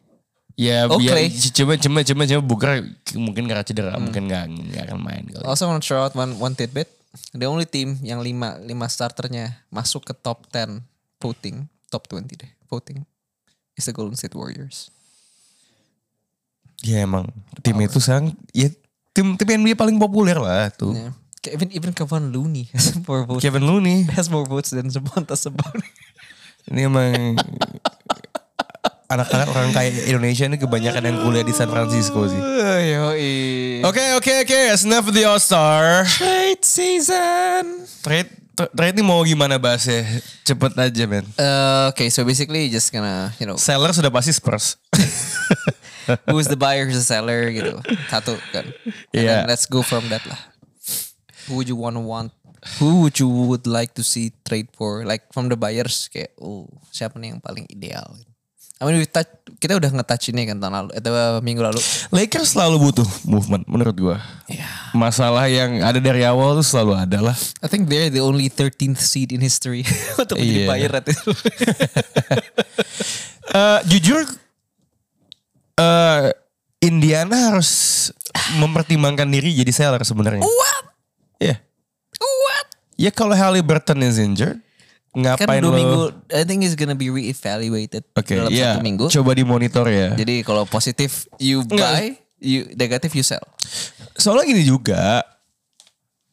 S2: Ya,
S3: Oh,
S2: ya,
S3: Clay.
S2: c- cuma cuma cuma cuma Booker mungkin karena cedera
S3: Hmm.
S2: mungkin nggak nggak akan main kali.
S3: Also want to throw out one one tidbit. The only team yang lima lima starternya masuk ke top 10 voting, top 20 deh voting is the Golden State Warriors.
S2: Ya emang tim itu sekarang ya tim tim NBA paling populer lah tuh.
S3: Yeah. Even even Kevon Looney has more votes
S2: Kevin Looney
S3: has more votes than Sabonis Sabonis.
S2: ini emang anak-anak orang kaya Indonesia ini kebanyakan yang kuliah di San Francisco sih.
S3: Yoi.
S2: Oke oke oke, that's enough of the All Star.
S3: Trade season.
S2: Trade tr- trade ini mau gimana bahasnya? Cepet aja men.
S3: Uh, okay, so basically just gonna, you know,
S2: Seller sudah pasti Spurs.
S3: who's the buyer, who's the seller gitu. Satu kan. And
S2: Yeah.
S3: then let's go from that lah. Who would you wanna want? Who would you would like to see trade for? Like from the buyers kayak, oh siapa nih yang paling ideal? I mean, we touch, kita udah nge-touch ini kan tahun lalu, atau minggu lalu.
S2: Lakers selalu butuh movement menurut gua. Iya.
S3: Yeah.
S2: Masalah yang ada dari awal tuh selalu ada lah.
S3: I think they're the only 13th seed in history untuk menjadi
S2: Iya.
S3: buyer at this
S2: Eh, jujur eh Indiana harus mempertimbangkan diri jadi seller sebenarnya.
S3: What?
S2: Ya.
S3: What?
S2: Ya kalau Halliburton is injured,
S3: Kan
S2: ngapain
S3: dua
S2: lo?
S3: minggu, I think it's gonna be reevaluated
S2: Oke,
S3: dalam
S2: ya.
S3: satu minggu.
S2: Coba dimonitor ya.
S3: Jadi kalau positif you buy, you negatif you sell.
S2: Soalnya gini juga,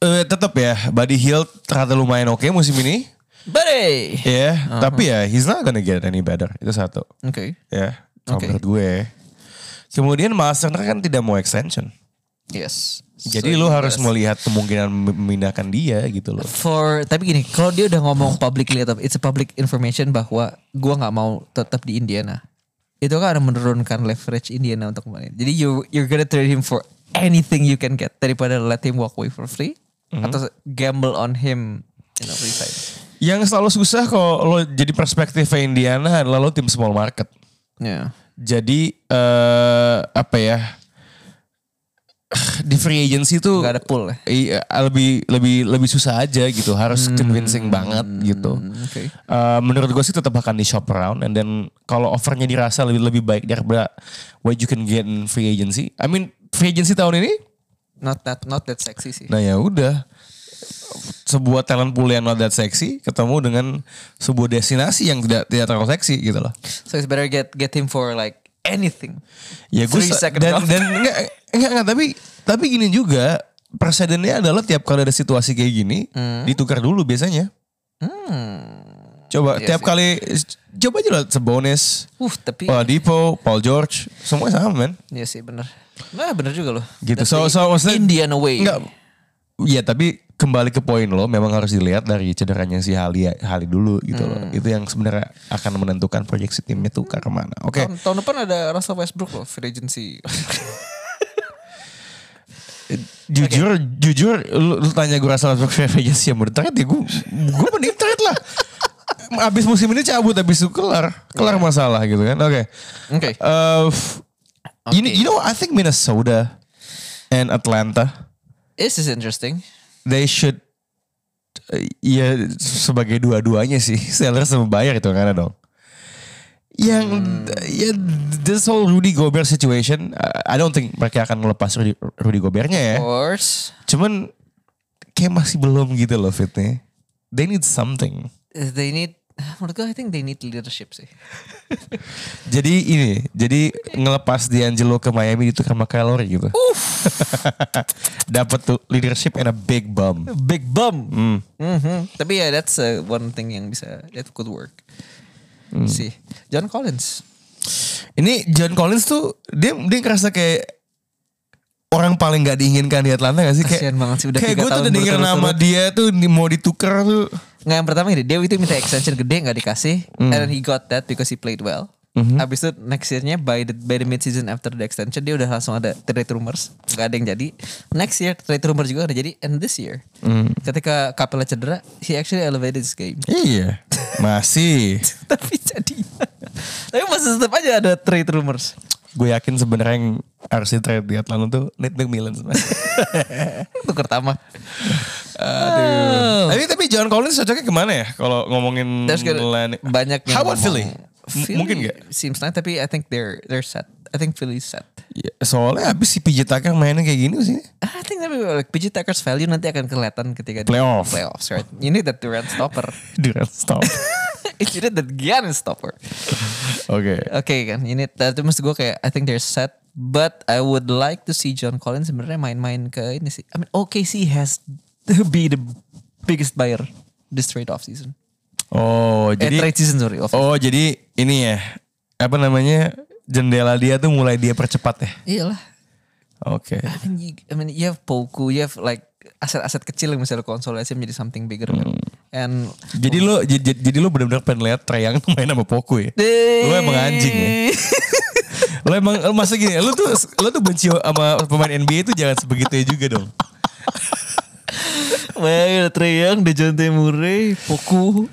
S2: eh tetap ya, Buddy Hill ternyata lumayan oke musim ini.
S3: Buddy.
S2: Ya,
S3: Uh-huh.
S2: tapi ya he's not gonna get any better. Itu satu.
S3: Oke.
S2: Ya, kalau
S3: Oke.
S2: menurut gue. Kemudian Miles Turner kan tidak mau extension.
S3: Yes.
S2: Jadi
S3: So,
S2: lo
S3: you
S2: harus
S3: guys-
S2: melihat kemungkinan memindahkan dia gitu loh.
S3: for tapi gini, kalau dia udah ngomong publicly atau it's a public information bahwa gua nggak mau tetap di Indiana. Itu kan akan menurunkan leverage Indiana untuk kemarin. Jadi you you're gonna trade him for anything you can get daripada let him walk away for free
S2: Mm-hmm.
S3: atau gamble on him you know resign.
S2: Yang selalu susah kalau lo jadi perspektifnya Indiana adalah lo tim small market.
S3: Yeah.
S2: Jadi eh apa ya? Di free agency tuh
S3: Gak ada pool ya.
S2: Iya, lebih lebih lebih susah aja gitu harus convincing banget gitu
S3: Hmm. oke.
S2: Eh, menurut gue sih tetap akan di shop around and then kalau offernya dirasa lebih lebih baik daripada what you can get in free agency I mean free agency tahun ini
S3: Not that not that sexy sih.
S2: nah ya udah sebuah talent pool yang not that sexy ketemu dengan sebuah destinasi yang tidak tidak terlalu seksi gitu loh
S3: So it's better get get him for like anything.
S2: Ya gue
S3: Three
S2: sa-
S3: second
S2: dan,
S3: round.
S2: dan enggak, enggak, enggak, tapi tapi gini juga
S3: Hmm.
S2: presidennya adalah tiap kali ada situasi kayak gini ditukar dulu biasanya. Coba
S3: Iya
S2: tiap
S3: sih.
S2: kali coba aja lah Sabonis,
S3: Uh, tapi
S2: Oladipo, Paul George, semua sama men.
S3: ya sih bener. Nah bener juga loh.
S2: Gitu.
S3: That's
S2: So,
S3: the
S2: so maksudnya
S3: Indian way.
S2: Enggak. Iya, tapi kembali ke poin lo memang harus dilihat dari cederanya si Hali Hali dulu gitu loh.
S3: Hmm.
S2: Itu yang sebenarnya akan menentukan proyeksi timnya tuh ke mana. Oke.
S3: Tahun, tahun depan ada Russell Westbrook loh, free agency.
S2: Jujur jujur lu, lu tanya gue rasa Westbrook free agency yang bertahan ya gue gue mending trade lah. Abis musim ini cabut abis itu kelar kelar masalah gitu kan. Oke.
S3: Oke.
S2: Eh, f- You, kn- you know, I think Minnesota and Atlanta,
S3: This is interesting.
S2: they should eh, ya sebagai dua-duanya sih seller sama buyer itu karena dong. Yang ya this whole Rudy Gobert situation, uh, I I don't think mereka akan melepas Rudy, Rudy Gobertnya ya.
S3: Of course.
S2: Cuman kayak masih belum gitu loh fitnya. They need something.
S3: They need, menurut gue I think they need leadership sih.
S2: Jadi ini, jadi ngelepas D'Angelo ke Miami itu sama kalori gitu. Dapat tuh leadership and a big bum.
S3: Big bum. Tapi ya that's uh, one thing yang bisa, that could work. Sih. John Collins.
S2: Ini John Collins tuh dia dia ngerasa kayak orang paling gak diinginkan di Atlanta gak sih kayak
S3: Kasian banget sih, udah
S2: kayak
S3: tiga
S2: gue tuh
S3: tahun
S2: udah denger
S3: berturut-turut.
S2: nama dia tuh di- mau ditukar tuh
S3: Nggak yang pertama ini, dia itu minta extension gede nggak dikasih.
S2: Hmm.
S3: And then he got that because he played well.
S2: Mhm.
S3: Habis itu next year-nya by the, by the mid season after the extension dia udah langsung ada trade rumors. Gak ada yang jadi. Next year trade rumor juga ada jadi. And this year
S2: Hmm.
S3: ketika Capella cedera, he actually elevated his game.
S2: iya masih
S3: Tapi jadinya. Tapi masih tetap aja ada trade rumors.
S2: gue yakin sebenarnya yang harus di trade di Atlanta tuh Nate McMillan sebenarnya.
S3: Tukar tambah.
S2: Tapi tapi John Collins cocoknya kemana ya kalau ngomongin
S3: There's gonna-
S2: Lan-
S3: banyak yang
S2: How about
S3: ngomong.
S2: Philly? M-
S3: Philly
S2: Mungkin gak?
S3: Seems nice tapi I think they're they're set. I think Philly is set.
S2: Ya, soalnya habis si PJ Tucker mainnya kayak gini sih.
S3: I think tapi like PJ Tucker's value nanti akan kelihatan ketika di
S2: Playoff.
S3: playoffs, right? You need that Durant stopper.
S2: Durant stop.
S3: you need that Giannis stopper.
S2: Oke.
S3: Oke kan, you need that. Maksud gue kayak I think they're set. But I would like to see John Collins sebenarnya main-main ke ini sih. I mean OKC has to be the biggest buyer this trade off season.
S2: Oh,
S3: eh,
S2: jadi
S3: trade season sorry. Off
S2: Oh, jadi ini ya. Apa namanya? Jendela dia tuh mulai dia percepat ya.
S3: Iyalah.
S2: Oke.
S3: I mean, you, I mean, you have Poku, you have like aset-aset kecil yang misalnya konsolidasi menjadi something bigger kan.
S2: Hmm.
S3: And
S2: Jadi lo j- j- jadi lo benar-benar pengen lihat Treyang tuh main sama Poku ya. Lo emang anjing ya. Lo emang lo masa gini, lo tuh lo tuh benci sama pemain NBA itu jangan sebegitunya juga dong.
S3: Wah, Treyang, Dejounte Murray, Poku.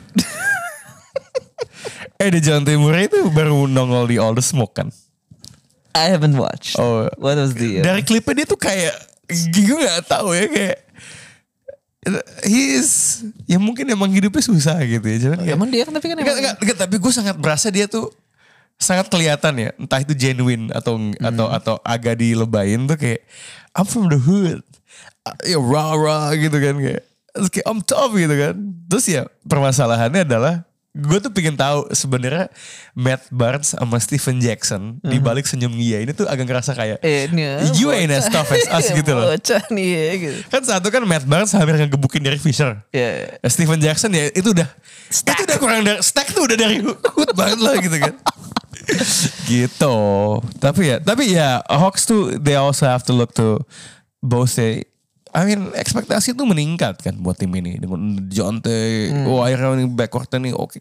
S2: Eh, Dejounte Murray itu baru nongol di All the Smoke kan.
S3: I haven't watched.
S2: Oh.
S3: What was the? uh,
S2: dari klipnya dia tuh kayak gue nggak tahu ya kayak he is ya mungkin emang hidupnya susah gitu ya cuman kayak,
S3: emang dia kan tapi kan
S2: Enggak,
S3: emang
S2: enggak, enggak, tapi gue sangat berasa dia tuh sangat kelihatan ya entah itu genuine atau atau atau agak dilebayin tuh kayak I'm from the hood Ah, ya rah rah gitu kan kayak terus kayak I'm tough gitu kan terus ya permasalahannya adalah gue tuh pengen tahu sebenarnya Matt Barnes sama Steven Jackson di balik senyum dia ini tuh agak ngerasa kayak
S3: Eh, ini
S2: you ain't as tough as us gitu loh
S3: Bocah nih ya gitu.
S2: kan satu kan Matt Barnes hampir ngegebukin Derek Fisher
S3: Ya.
S2: Steven Jackson ya itu udah
S3: Stack.
S2: itu udah kurang dari stack tuh udah dari hood banget lah gitu kan gitu tapi ya tapi ya Hawks tuh they also have to look to both say I mean ekspektasi tuh meningkat kan buat tim ini dengan Jonte
S3: Hmm.
S2: oh akhirnya ini backcourt nih oke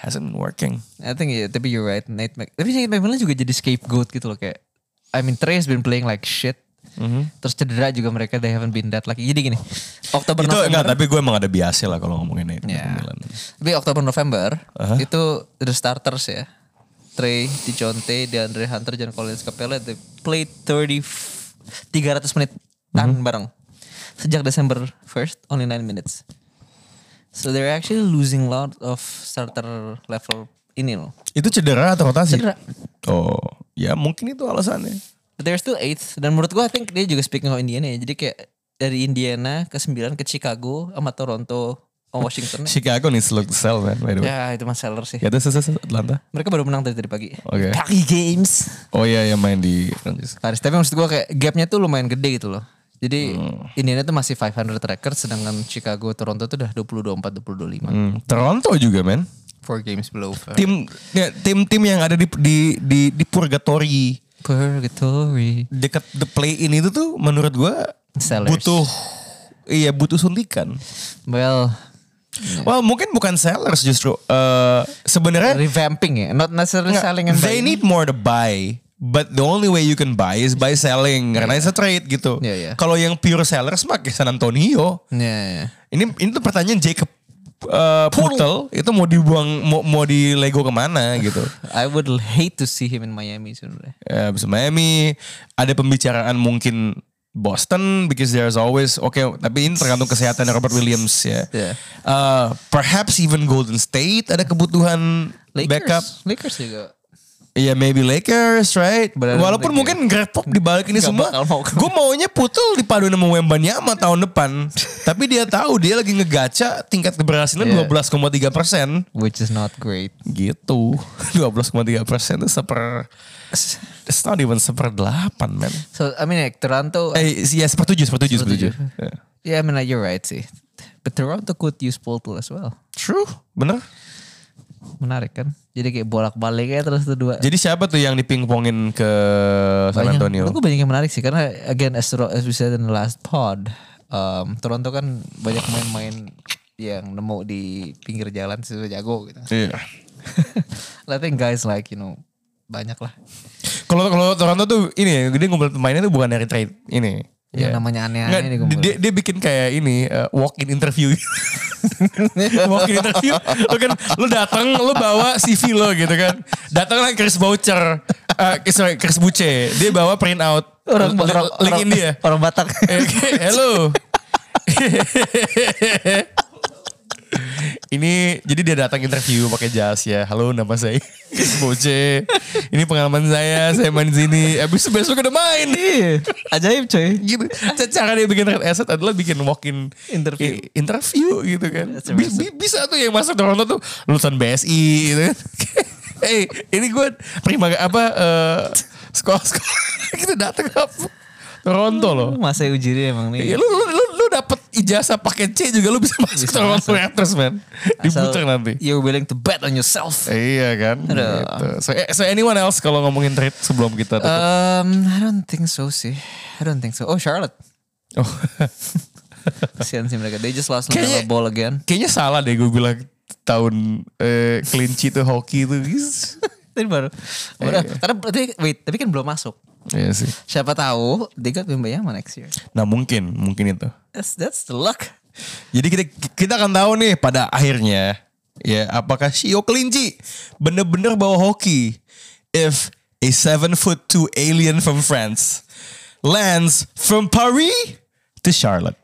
S2: hasn't been working
S3: I think yeah, tapi you're right. Nate Mc, tapi Nate McMillan juga jadi scapegoat gitu loh kayak. I mean Trey has been playing like shit.
S2: Mm-hmm.
S3: Terus cedera juga mereka they haven't been that lucky. Jadi gini, Oktober
S2: itu enggak
S3: November.
S2: tapi gue emang ada biasa lah kalau ngomongin itu
S3: Ya.
S2: Milan.
S3: Tapi Oktober November itu the starters ya. Trey, Dijonte, DeAndre Hunter, John Collins, Capella they played 30 f- 300 menit tan bareng. Sejak Desember 1st only 9 minutes. So they're actually losing lot of starter level ini loh.
S2: itu cedera atau rotasi
S3: Cedera.
S2: oh ya mungkin itu alasannya
S3: But they're still eighth dan menurut gua I think dia juga speaking of Indiana ya. Jadi kayak dari Indiana ke 9 ke Chicago sama Toronto sama Washington.
S2: Chicago needs to look to sell man by the way
S3: ya itu masalah sih.
S2: ya terus terus terus, Atlanta
S3: Mereka baru menang dari tadi pagi.
S2: Oke.
S3: Pagi games.
S2: Oh iya yang main di Prancis.
S3: Paris. Tapi maksud gue kayak gapnya tuh lumayan gede gitu loh. Jadi Indiana tuh masih 500 record sedangkan Chicago Toronto tuh udah 20 24 20 25.
S2: Hmm, Toronto juga men.
S3: Four games below. par-
S2: tim ya, tim tim yang ada di di di, di purgatory
S3: Purgatory.
S2: dekat the play in itu tuh menurut gua
S3: Sellers.
S2: butuh iya butuh suntikan.
S3: Well, Hmm.
S2: Well mungkin bukan sellers justru eh sebenarnya
S3: revamping ya. Not necessarily
S2: Nggak,
S3: selling and
S2: they
S3: buying.
S2: need more to buy. But the only way you can buy is by selling karena it's a trade gitu.
S3: Yeah, yeah.
S2: Kalau yang pure sellers pakai San Antonio.
S3: Ya, ya, ya.
S2: Ini ini tuh pertanyaan Jacob eh, Purtle itu mau dibuang mau, mau di Lego kemana gitu.
S3: I would hate to see him in Miami soon. bro.
S2: Ya, Abis Miami ada pembicaraan mungkin Boston because there's always oke tapi ini tergantung kesehatan Robert Williams ya.
S3: Yeah.
S2: Eh, perhaps even Golden State ada kebutuhan
S3: Lakers.
S2: backup.
S3: Lakers juga.
S2: Iya maybe Lakers right
S3: Benar,
S2: Walaupun
S3: benar.
S2: mungkin Greg Pop dibalik ini
S3: Nggak
S2: semua
S3: bakal mau.
S2: Gue maunya Putel dipadu sama Wembanyama tahun depan Tapi dia tahu dia lagi ngegaca tingkat keberhasilan
S3: Iya.
S2: 12,3 persen
S3: Which is not great.
S2: Gitu 12,3 persen itu seper It's not even seper 8 man
S3: So, I mean like Toronto.
S2: Eh iya seper 7 seper 7 seper 7 Yeah.
S3: yeah, I mean like you're right sih. But Toronto could use Portal as well.
S2: True bener
S3: Menarik kan? Jadi kayak bolak-balik ya terus tuh dua.
S2: Jadi siapa tuh yang dipingpongin ke San
S3: Banyak.
S2: Antonio
S3: Menurut gue banyak yang menarik sih karena again as, Ro- as we said in the last pod, um, Toronto kan banyak main-main yang nemu di pinggir jalan sih jago gitu.
S2: Iya.
S3: I think guys like you know banyak lah
S2: Kalau kalau Toronto tuh ini ya, dia ngumpulin pemainnya tuh bukan dari trade ini.
S3: yang
S2: Ya.
S3: namanya aneh-aneh
S2: Nggak,
S3: Iya, ini gue
S2: dia, dia bikin kayak ini uh, walk in interview. walk in interview. Lu kan lu datang lu bawa CV lo gitu kan. Datanglah Chris Boucher. eh sorry, Chris Buce. Dia bawa print out.
S3: orang,
S2: Li-
S3: orang,
S2: linkin
S3: orang,
S2: dia.
S3: orang Batak
S2: Eh, Hello. Ini jadi dia datang interview pakai jas ya. Halo, nama saya Chris Boce. Ini pengalaman saya, saya main di sini. Habis itu besok udah main.
S3: Iya, ajaib coy
S2: gitu. C- Cara dia bikin red asset adalah bikin walk-in
S3: Interview.
S2: i- interview gitu kan.
S3: That's
S2: Bi- bi- Bisa tuh yang masuk Toronto tuh lulusan BSI gitu kan. Eh, ini gue terima apa eh, sekolah-sekolah kita datang ke Toronto loh.
S3: masa Ujiri emang
S2: Ya
S3: nih
S2: lu lu lu, lu dapat ijazah pakai C juga lu bisa masuk
S3: Bisa
S2: Toronto
S3: masuk.
S2: Raptors man.
S3: Asal
S2: Diputer nanti.
S3: you're willing to bet on yourself
S2: Iya kan.
S3: Aduh.
S2: Gitu. So, eh, so anyone else kalau ngomongin trade sebelum kita tutup.
S3: um, I don't think so sih I don't think so oh Charlotte
S2: Oh.
S3: Kesian sih mereka they just lost
S2: Kayaknya-
S3: another ball again
S2: Kayaknya salah deh gue bilang tahun eh, kelinci tuh hoki tuh.
S3: tadi baru Baru- karena berarti wait tapi kan belum masuk
S2: Iya sih.
S3: siapa tahu they got Wembayama next year
S2: Nah mungkin mungkin itu.
S3: that's that's the luck
S2: Jadi kita kita akan tahu nih pada akhirnya ya apakah Shio kelinci bener-bener bawa hoki if a seven foot two alien from France lands from Paris to Charlotte.